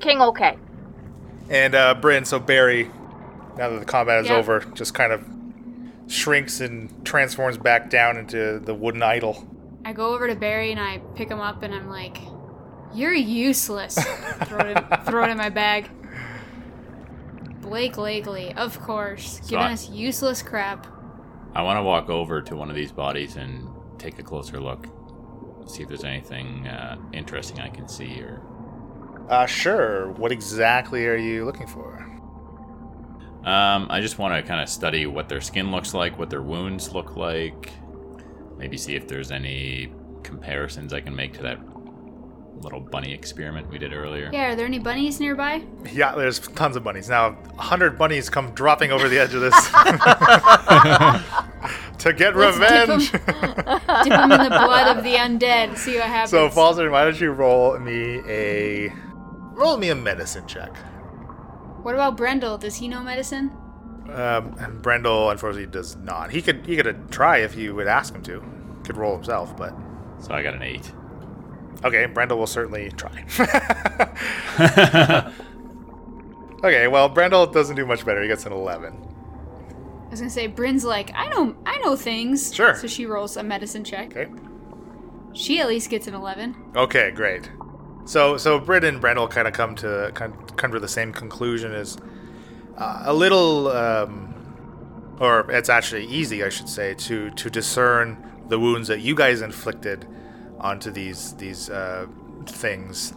S7: King okay.
S4: And uh, Bryn, so Barry, now that the combat is
S5: Yeah.
S4: over, just kind of shrinks and transforms back down into the wooden idol.
S5: I go over to Barry and I pick him up and I'm like, "You're useless." throw, it in, throw it in my bag. Blake Lagley, of course, giving
S6: I-
S5: us useless crap.
S6: I want to walk over to one of these bodies and take a closer look, see if there's anything uh, interesting I can see. Or
S4: Uh, sure. What exactly are you looking for?
S6: um, I just want to kind of study what their skin looks like, what their wounds look like, maybe see if there's any comparisons I can make to that little bunny experiment we did earlier.
S5: Yeah, are there any bunnies nearby?
S4: Yeah, there's tons of bunnies. Now, 100 bunnies come dropping over the edge of this to get
S5: Let's dip 'em-
S4: revenge.
S5: Dip them in the blood of the undead. See what happens.
S4: so, Falzern, why don't you roll me a. Roll me a medicine check.
S5: What about Brendel? Does he know medicine?
S4: Um, and Brendel, unfortunately, does not. He could he could uh, try if you would ask him to. Could roll himself, but
S6: So I got an eight.
S4: okay. Brendel will certainly try. okay, well, Brendel doesn't do much better. He gets an eleven.
S5: I was gonna say Bryn's like I know I know things.
S4: Sure.
S5: So she rolls a medicine check.
S4: Okay.
S5: She at least gets an eleven.
S4: Okay, great. So so Brit and Brendel kind of come to kind come to the same conclusion as uh, a little, um, or it's actually easy, I should say, to to discern the wounds that you guys inflicted onto these these uh, things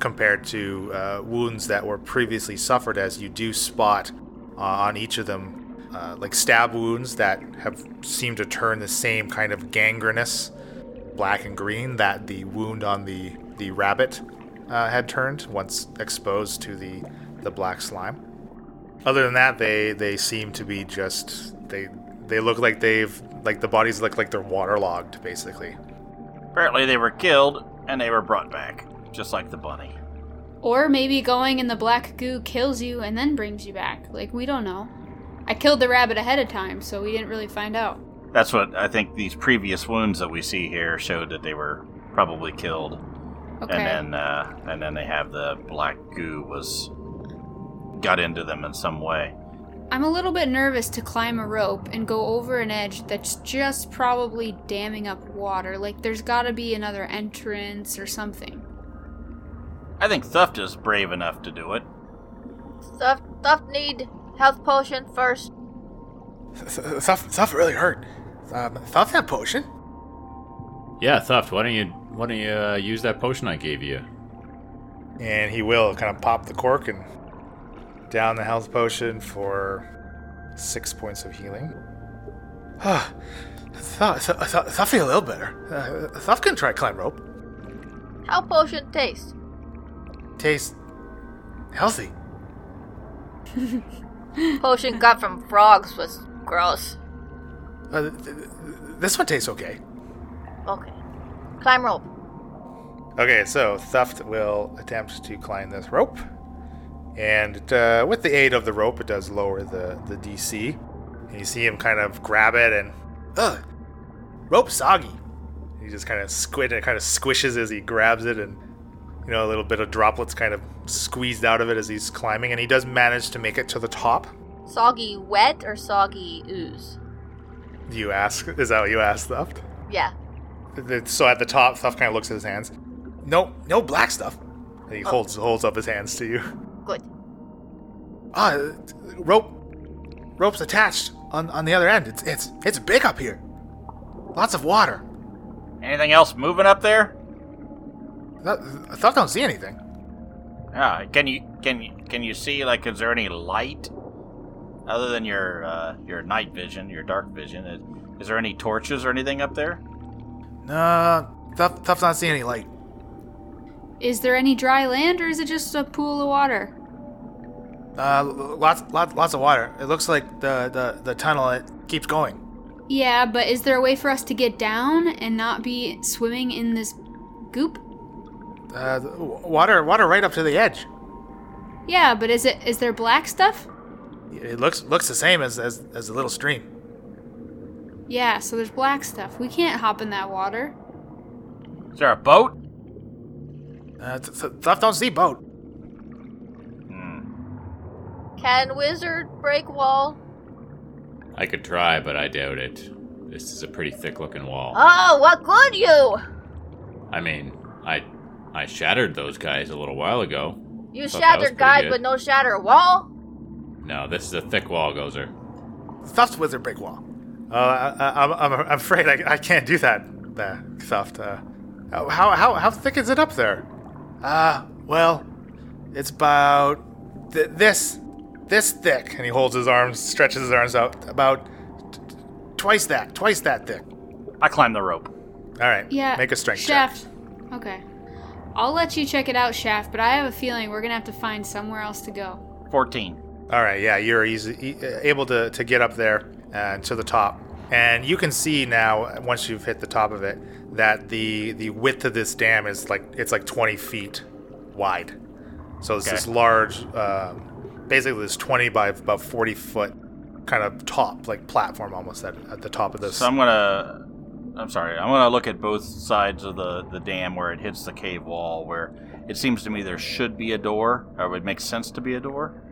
S4: compared to uh, wounds that were previously suffered, as you do spot uh, on each of them uh, like stab wounds that have seemed to turn the same kind of gangrenous black and green that the wound on the the rabbit uh, had turned once exposed to the the black slime. Other than that, they they seem to be just they they look like they've like the bodies look like they're waterlogged basically.
S3: Apparently, they were killed and they were brought back, just like the bunny.
S5: Or maybe going in the black goo kills you and then brings you back. Like we don't know. I killed the rabbit ahead of time, so we didn't really find out.
S3: That's what I think these previous wounds that we see here showed that they were probably killed,
S5: Okay.
S3: and then uh, and then they have the black goo was got into them in some way.
S5: I'm a little bit nervous to climb a rope and go over an edge that's just probably damming up water. Like, there's gotta be another entrance or something.
S3: I think Thuft is brave enough to do it.
S7: Stuff, stuff need health potion first.
S4: Stuff stuff really hurt. Um, thought that potion.
S6: Yeah, Thuft, why don't you why don't you uh, use that potion I gave you?
S4: And he will kind of pop the cork and down the health potion for six points of healing. Ah, Thuff feel a little better. Uh, Thuff can try climb rope.
S7: How potion taste?
S4: Tastes healthy.
S7: Potion got from frogs was gross.
S4: Uh, th- th- this one tastes okay.
S7: Okay. Climb rope.
S4: Okay, so Thuft will attempt to climb this rope. And uh, with the aid of the rope, it does lower the, the DC. And you see him kind of grab it and. Ugh! Rope soggy! He just kind of squid and it kind of squishes as he grabs it, and you know, a little bit of droplets kind of squeezed out of it as he's climbing. And he does manage to make it to the top.
S7: Soggy wet or soggy ooze?
S4: You ask, is that what you asked, Thuft?
S7: Yeah.
S4: The- So at the top, Thuff kind of looks at his hands. No, no black stuff. And he holds holds up his hands to you.
S7: Good.
S4: Ah, uh, rope, rope's attached on on the other end. It's it's it's big up here. Lots of water.
S3: Anything else moving up there?
S4: Th- Thuff don't see anything.
S3: Ah, can you can you can you see like is there any light other than your uh, your night vision, your dark vision? Is, is there any torches or anything up there?
S4: No, Thuff Thuff's not seeing any light.
S5: Is there any dry land or is it just a pool of water?
S4: Uh, l- lots lots lots of water. It looks like the the the tunnel it keeps going.
S5: Yeah, but is there a way for us to get down and not be swimming in this goop?
S4: Uh, the- w- water water right up to the edge.
S5: Yeah, but is it is there black stuff?
S4: It looks looks the same as as, as the little stream.
S5: Yeah, so there's black stuff. We can't hop in that water.
S3: Is there a boat?
S4: Uh, th- th- Thuff don't see boat.
S7: Can wizard break wall?
S6: I could try, but I doubt it. This is a pretty thick looking wall.
S7: Oh, what good you!
S6: I mean, I I shattered those guys a little while ago.
S7: You
S6: Thought that was
S7: shatter
S6: pretty
S7: guide,
S6: good.
S7: but no shatter wall?
S6: No, this is a thick wall, Gozer.
S4: Thuft's wizard break wall. Uh, I, I, I'm, I'm I'm afraid I, I can't do that, uh, Thuft. Uh, how, how, how thick is it up there? Uh, well, it's about th- this this thick. And he holds his arms, stretches his arms out, about t- t- twice that, twice that thick.
S3: I climbed the rope.
S4: All right.
S5: Yeah.
S4: Make a strength
S5: Chef.
S4: check.
S5: Okay. I'll let you check it out, Shaft, but I have a feeling we're gonna have to find somewhere else to go.
S3: 14.
S4: All right, yeah, you're easy, e- able to, to get up there and to the top. And you can see now, once you've hit the top of it, that the the width of this dam is like it's like 20 feet wide. So it's
S3: Okay.
S4: this large, um, basically this 20 by about 40 foot kind of top, like platform almost at, at the top of this.
S3: So I'm gonna. I'm sorry. I'm gonna look at both sides of the the dam where it hits the cave wall. Where it seems to me there should be a door, or it would make sense to be a door,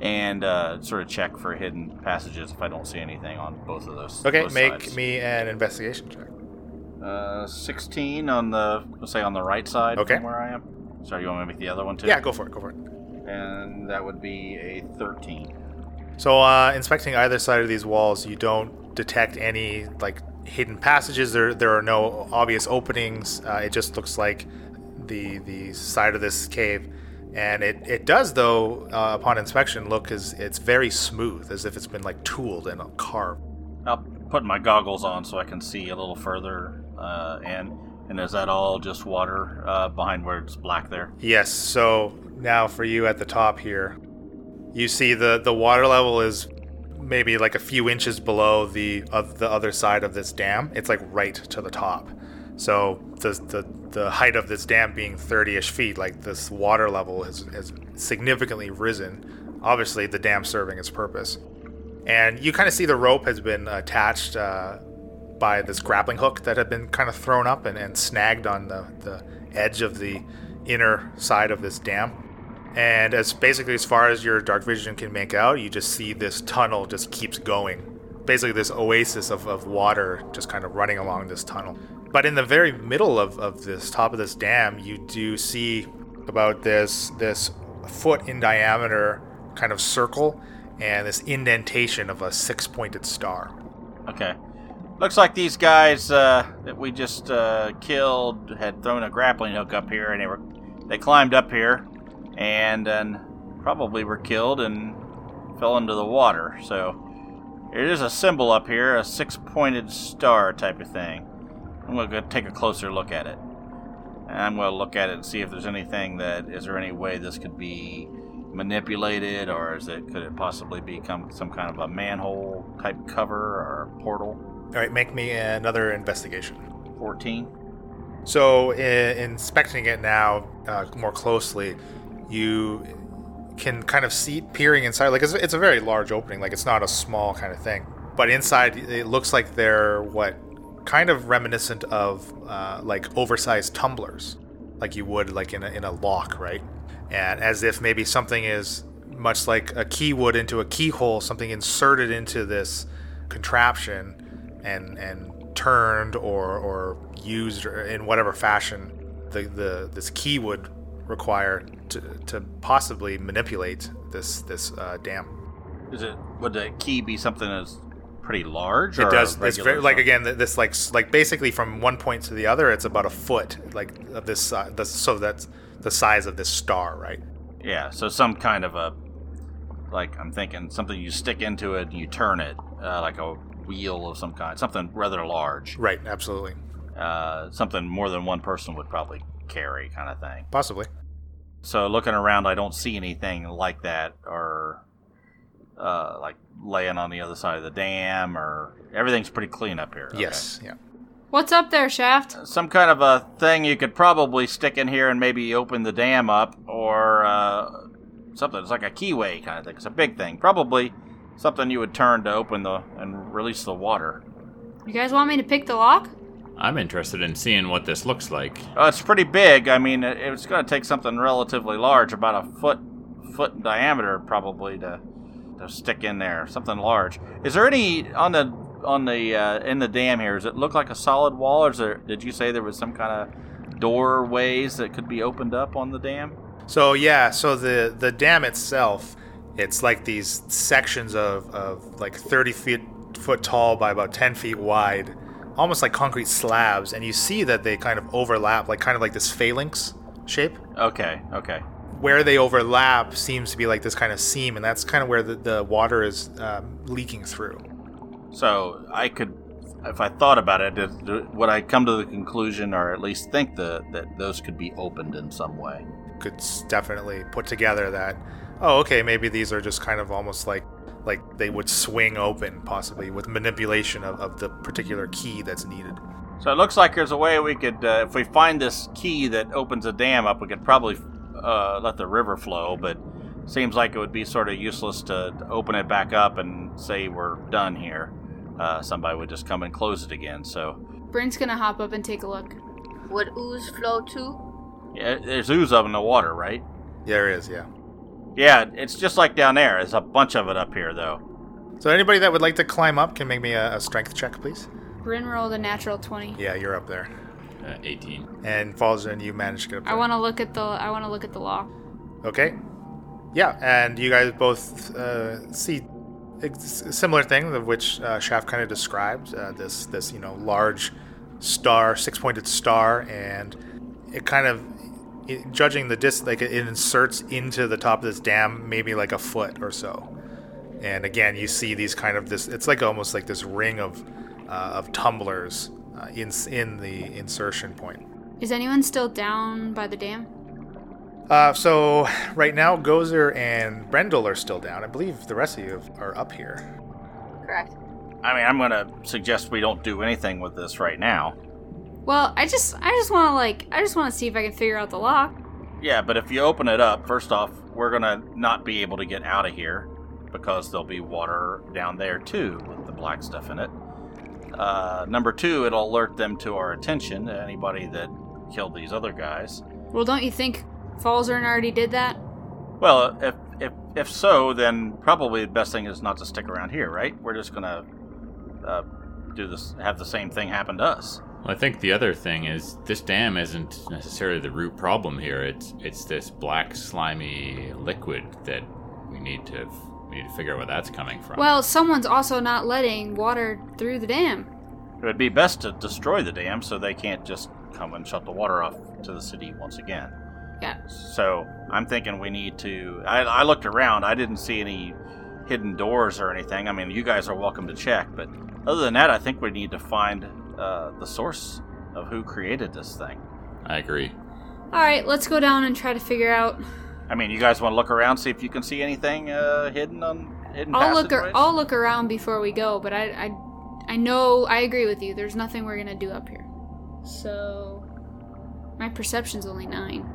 S3: and uh, sort of check for hidden passages if I don't see anything on both of those.
S4: okay,
S3: both
S4: make
S3: sides.
S4: me an investigation check.
S3: uh, 16 on the let's say on the right side
S4: Okay.
S3: from where I am. Sorry, you want me to make the other one too?
S4: Yeah, go for it, go for it.
S3: And that would be a 13.
S4: So, uh, inspecting either side of these walls, you don't detect any like hidden passages. There, there are no obvious openings. Uh, it just looks like the the side of this cave, and it it does though uh, upon inspection look as it's very smooth, as if it's been like tooled and carved.
S3: I'll put my goggles on so I can see a little further. Uh, and and is that all just water uh, behind where it's black there?
S4: Yes. So now for you at the top here, you see the the water level is maybe like a few inches below the of the other side of this dam. It's like right to the top. So the the, the height of this dam being 30ish feet, like this water level has, has significantly risen. Obviously, the dam serving its purpose. And you kind of see the rope has been attached uh, by this grappling hook that had been kind of thrown up and, and snagged on the, the edge of the inner side of this dam. And as basically as far as your dark vision can make out, you just see this tunnel just keeps going. Basically, this oasis of, of water just kind of running along this tunnel. But in the very middle of, of this top of this dam, you do see about this this foot in diameter kind of circle and this indentation of a six pointed star.
S3: Okay. Looks like these guys uh, that we just uh, killed had thrown a grappling hook up here, and they were they climbed up here, and then probably were killed and fell into the water. So it is a symbol up here, a six-pointed star type of thing. I'm gonna go take a closer look at it, and I'm gonna look at it and see if there's anything that is there any way this could be manipulated, or is it could it possibly become some kind of a manhole type cover or portal?
S4: All right, make me another investigation.
S3: 14.
S4: So, in, inspecting it now uh, more closely, you can kind of see peering inside. Like it's, it's a very large opening. Like it's not a small kind of thing. But inside, it looks like they're what kind of reminiscent of uh, like oversized tumblers, like you would like in a, in a lock, right? And as if maybe something is much like a key would into a keyhole, something inserted into this contraption and and turned or or used or in whatever fashion the, the this key would require to, to possibly manipulate this this uh, dam.
S3: Is it would the key be something that's pretty large?
S4: It
S3: or
S4: does.
S3: a
S4: It's
S3: regular
S4: very, like
S3: size?
S4: again, th- this like s- like basically from one point to the other, it's about a foot. Like of this, si- this so that's the size of this star, right?
S3: Yeah, so some kind of a like I'm thinking something you stick into it and you turn it uh, like a wheel of some kind, something rather large,
S4: Right. Absolutely.
S3: uh, something more than one person would probably carry, kind of thing.
S4: Possibly.
S3: So looking around, I don't see anything like that, or uh, like laying on the other side of the dam, or everything's pretty clean up here. Okay.
S4: Yes. Yeah.
S5: What's up there, Shaft?
S3: some kind of a thing you could probably stick in here and maybe open the dam up or uh, something. It's like a keyway kind of thing. It's a big thing. Probably something you would turn to open the and release the water.
S5: You guys want me to pick the lock?
S6: I'm interested in seeing what this looks like.
S3: Uh, it's pretty big. I mean, it, it's going to take something relatively large, about a foot foot in diameter probably to to stick in there. Something large. Is there any on the on the uh, in the dam here? Does it look like a solid wall, or is there, did you say there was some kind of doorways that could be opened up on the dam?
S4: So yeah, so the the dam itself, it's like these sections of, of like thirty feet foot tall by about ten feet wide, almost like concrete slabs, and you see that they kind of overlap, like kind of like this phalanx shape.
S3: Okay, okay.
S4: Where they overlap seems to be like this kind of seam, and that's kind of where the, the water is um, leaking through.
S3: So I could if I thought about it, it- it- would I come to the conclusion, or at least think the, that those could be opened in some way?
S4: could s- definitely put together that oh okay maybe these are just kind of almost like like they would swing open possibly with manipulation of, of the particular key that's needed
S3: So it looks like there's a way we could, uh, if we find this key that opens a dam up, we could probably uh, let the river flow. But seems like it would be sort of useless to, to open it back up and say we're done here. Uh, somebody would just come and close it again. So
S5: Bryn's gonna hop up and take a look.
S7: Would ooze flow too?
S3: yeah, there's ooze up in the water, right?
S4: there is yeah
S3: Yeah, it's just like down there. There's a bunch of it up here, though.
S4: so anybody that would like to climb up can make me a, a strength check please
S5: Bryn rolled a natural twenty.
S4: yeah you're up there
S6: Uh, 18.
S4: and falls in you manage to get up there.
S5: I want to look at the I want to look at the law.
S4: Okay. Yeah, and you guys both uh, see ex- similar thing of which uh, Shaft kind of described uh, this this you know large star, six pointed star, and it kind of it, judging the dis like it inserts into the top of this dam maybe like a foot or so. And again, you see these kind of this. It's like almost like this ring of uh, of tumblers uh, in in the insertion point.
S5: Is anyone still down by the dam?
S4: Uh, so right now, Gozer and Brendel are still down. I believe the rest of you are up here.
S7: Correct.
S3: I mean, I'm gonna suggest we don't do anything with this right now.
S5: Well, I just I just want to like I just want to see if I can figure out the lock.
S3: Yeah, but if you open it up, first off, we're gonna not be able to get out of here because there'll be water down there too with the black stuff in it. Uh, number two, it'll alert them to our attention. Anybody that killed these other guys.
S5: Well, don't you think Falzern already did that?
S3: Well, if if if so, then probably the best thing is not to stick around here, right? We're just gonna uh, do this, have the same thing happen to us.
S6: Well, I think the other thing is this dam isn't necessarily the root problem here. It's it's this black slimy liquid that we need to we need to figure out where that's coming from.
S5: Well, someone's also not letting water through the dam.
S3: It would be best to destroy the dam so they can't just come and shut the water off to the city once again.
S5: Yeah.
S3: So I'm thinking we need to. I, I looked around. I didn't see any hidden doors or anything. I mean, you guys are welcome to check, but other than that, I think we need to find uh, the source of who created this thing.
S6: I agree.
S5: All right, let's go down and try to figure out.
S3: I mean, you guys want to look around, see if you can see anything uh, hidden on hidden
S5: I'll look
S3: passageways?
S5: ar- I'll look around before we go, but I I I know I agree with you. There's nothing we're gonna do up here. So my perception's only nine.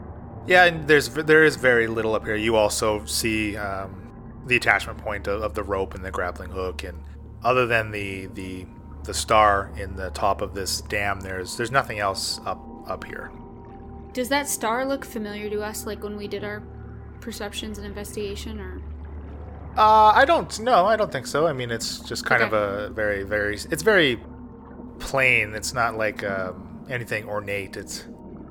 S4: Yeah, and there's there is very little up here. You also see um, the attachment point of, of the rope and the grappling hook, and other than the the the star in the top of this dam, there's there's nothing else up up here.
S5: Does that star look familiar to us, like when we did our perceptions and investigation, or
S4: Uh, I don't no, I don't think so. I mean, it's just kind of a very very it's very plain. It's not like um, anything ornate. It's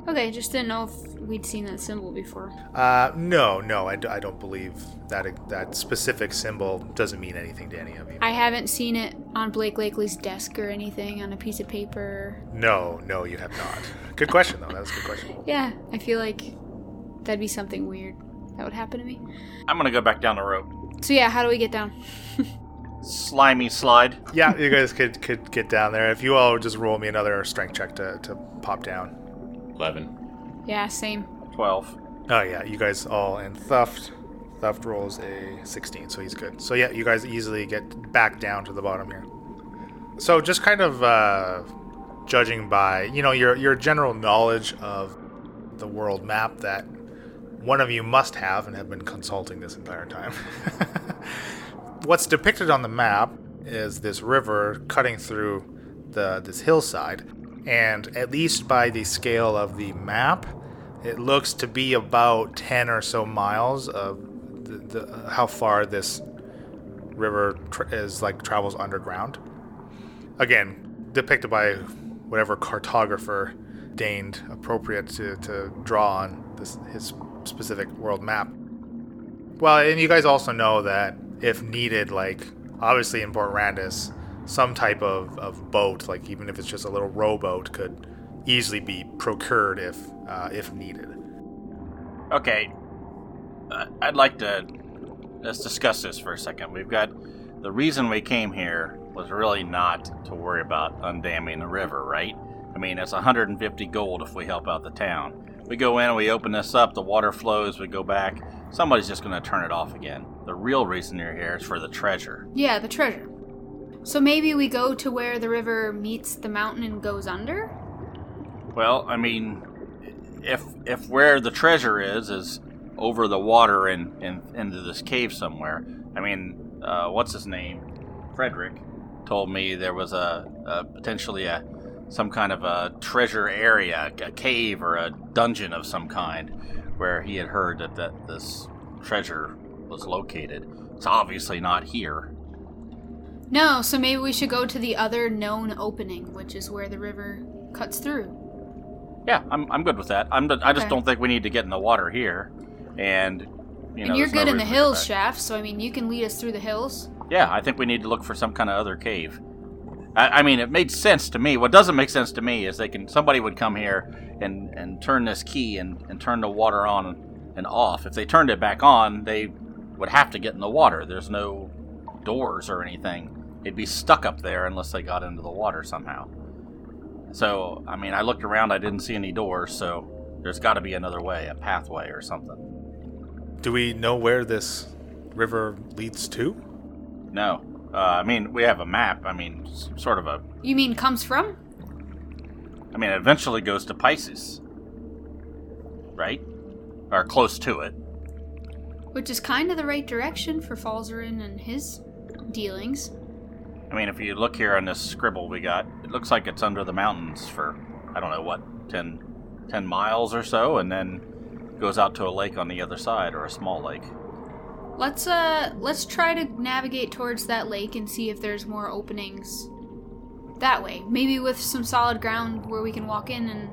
S5: okay, just didn't know if we'd seen that symbol before.
S4: Uh, no, no, I, d- I don't believe that that specific symbol doesn't mean anything to any of you.
S5: I haven't seen it on Blake Lakely's desk or anything on a piece of paper.
S4: No, no, you have not. Good question though. That was a good question.
S5: Yeah, I feel like that'd be something weird that would happen to me.
S3: I'm gonna go back down the rope.
S5: So yeah, how do we get down?
S3: Slimy slide.
S4: Yeah, you guys could could get down there if you all would just roll me another strength check to to pop down.
S6: Eleven.
S5: Yeah, same.
S3: Twelve.
S4: Oh yeah, you guys all and Thuft. Thuft rolls a 16, so he's good. So yeah, you guys easily get back down to the bottom here. So just kind of uh, judging by you know your your general knowledge of the world map that one of you must have and have been consulting this entire time. What's depicted on the map is this river cutting through the this hillside, and at least by the scale of the map, it looks to be about ten or so miles of the, the, how far this river tr- is like travels underground. Again, depicted by whatever cartographer deigned appropriate to, to draw on this his specific world map. Well, and you guys also know that if needed, like obviously in Port Randis, some type of, of boat, like even if it's just a little rowboat, could easily be procured if uh, if needed.
S3: Okay. Uh, I- I'd like to let's discuss this for a second. We've got the reason we came here was really not to worry about undamming the river, right? I mean, that's 150 gold if we help out the town. We go in and we open this up, the water flows, we go back. Somebody's just going to turn it off again. The real reason you're here is for the treasure.
S5: Yeah, the treasure. So maybe we go to where the river meets the mountain and goes under?
S3: Well, I mean, if if where the treasure is is over the water and, and into this cave somewhere, I mean, uh, what's his name? Frederick told me there was a, a potentially a some kind of a treasure area, a cave or a dungeon of some kind, where he had heard that, that this treasure was located. It's obviously not here.
S5: No, so maybe we should go to the other known opening, which is where the river cuts through.
S3: Yeah, I'm, I'm good with that. I'm I just
S5: Okay.
S3: don't think we need to get in the water here, and you know
S5: and you're
S3: there's no
S5: good in the
S3: reason to go
S5: hills,
S3: back.
S5: Shaft, so I mean, you can lead us through the hills.
S3: Yeah, I think we need to look for some kind of other cave. I, I mean, it made sense to me. What doesn't make sense to me is they can somebody would come here and and turn this key and and turn the water on and off. If they turned it back on, they would have to get in the water. There's no doors or anything. It'd be stuck up there unless they got into the water somehow. So, I mean, I looked around. I didn't see any doors. So, there's got to be another way, a pathway or something.
S4: Do we know where this river leads to?
S3: No, uh, I mean, we have a map. I mean, s- sort of a
S5: You mean comes from?
S3: I mean, it eventually goes to Pisces, right? Or close to it.
S5: Which is kind of the right direction for Falzarin and his dealings.
S3: I mean, if you look here on this scribble we got, it looks like it's under the mountains for I don't know what 10, 10 miles or so, and then goes out to a lake on the other side or a small lake.
S5: Let's uh let's try to navigate towards that lake and see if there's more openings that way. Maybe with some solid ground where we can walk in and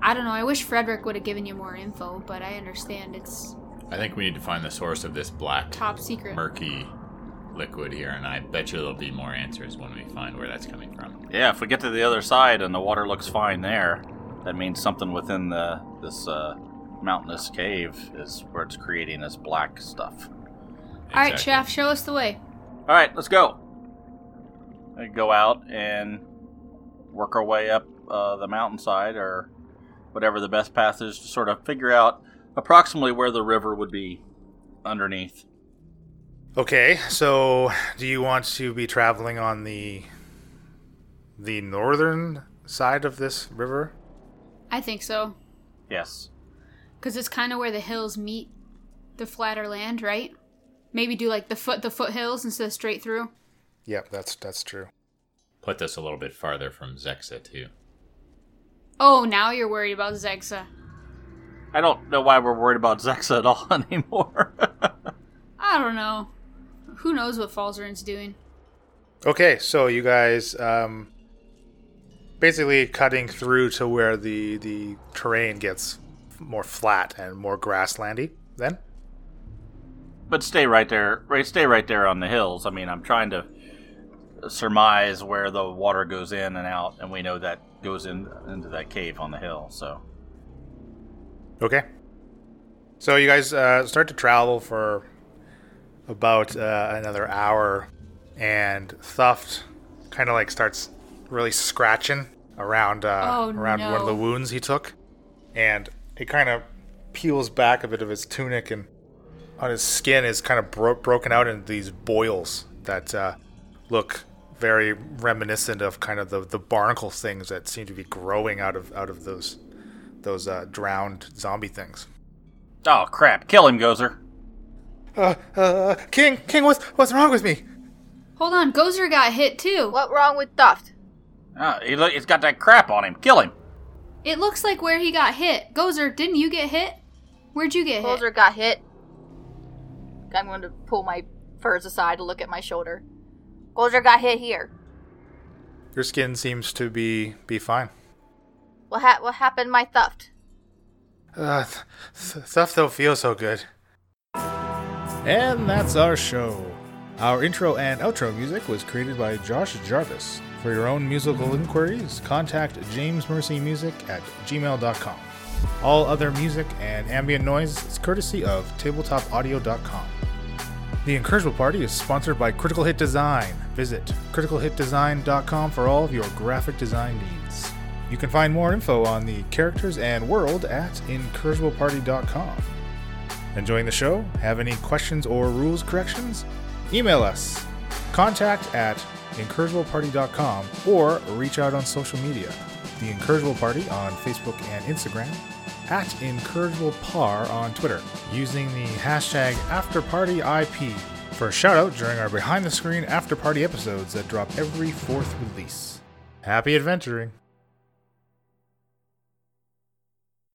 S5: I don't know. I wish Frederick would have given you more info, but I understand it's
S6: I think we need to find the source of this black,
S5: top secret.
S6: murky liquid here, and I bet you there'll be more answers when we find where that's coming from.
S3: Yeah, if we get to the other side and the water looks fine there, that means something within the this uh, mountainous cave is where it's creating this black stuff.
S5: All right,
S6: Exactly.
S5: Chef, show us the way.
S3: All right, let's go. I go out and work our way up uh, the mountainside or whatever the best path is to sort of figure out approximately where the river would be underneath.
S4: Okay, so do you want to be traveling on the the northern side of this river?
S5: I think so,
S3: Yes.
S5: cuz it's kind of where the hills meet the flatter land, right? Maybe do like the foot the foothills instead of straight through.
S4: Yep, that's that's true.
S6: Put this a little bit farther from Zexa too.
S5: Oh, now you're worried about Zexa.
S3: I don't know why we're worried about Zexa at all anymore.
S5: I don't know. Who knows what Falzarin's doing?
S4: Okay, so you guys um basically cutting through to where the the terrain gets more flat and more grasslandy then?
S3: but stay right there. Right, stay right there on the hills. I mean, I'm trying to surmise where the water goes in and out, and we know that goes in into that cave on the hill. So
S4: Okay. So you guys uh, start to travel for about uh, another hour, and Thuft kind of like starts really scratching around uh,
S5: Oh,
S4: around one of the
S5: no.
S4: wounds he took, and it kind of peels back a bit of his tunic, and on his skin is kind of bro- broken out into these boils that uh, look very reminiscent of kind of the, the barnacle things that seem to be growing out of out of those those uh, drowned zombie things.
S3: Oh crap! Kill him, Gozer.
S4: Uh, uh, King, King, what's what's wrong with me?
S5: Hold on, Gozer got hit too.
S7: What wrong with Thuft?
S3: Ah, he look, he's got that crap on him. Kill him.
S5: It looks like where he got hit. Gozer, didn't you get hit? Where'd you get hit?
S7: Holzer got hit. I'm going to pull my furs aside to look at my shoulder. Holzer got hit here.
S4: Your skin seems to be be fine.
S7: What ha- what happened to my Thuft?
S4: Uh, th- th- stuff don't feel so good.
S8: And that's our show. Our intro and outro music was created by Josh Jarvis. For your own musical inquiries, contact jamesmercymusic at gmail.com. All other music and ambient noise is courtesy of tabletopaudio.com. The Incursible Party is sponsored by Critical Hit Design.
S4: Visit criticalhitdesign.com for all of your graphic design needs. You can find more info on the characters and world at incorrigibleparty.com. Enjoying the show? Have any questions or rules corrections? Email us contact at incorrigibleparty.com or reach out on social media. The Incorrigible Party on Facebook and Instagram, at IncorrigiblePar on Twitter, using the hashtag AfterPartyIP for a shout out during our behind the screen after party episodes that drop every fourth release. Happy adventuring!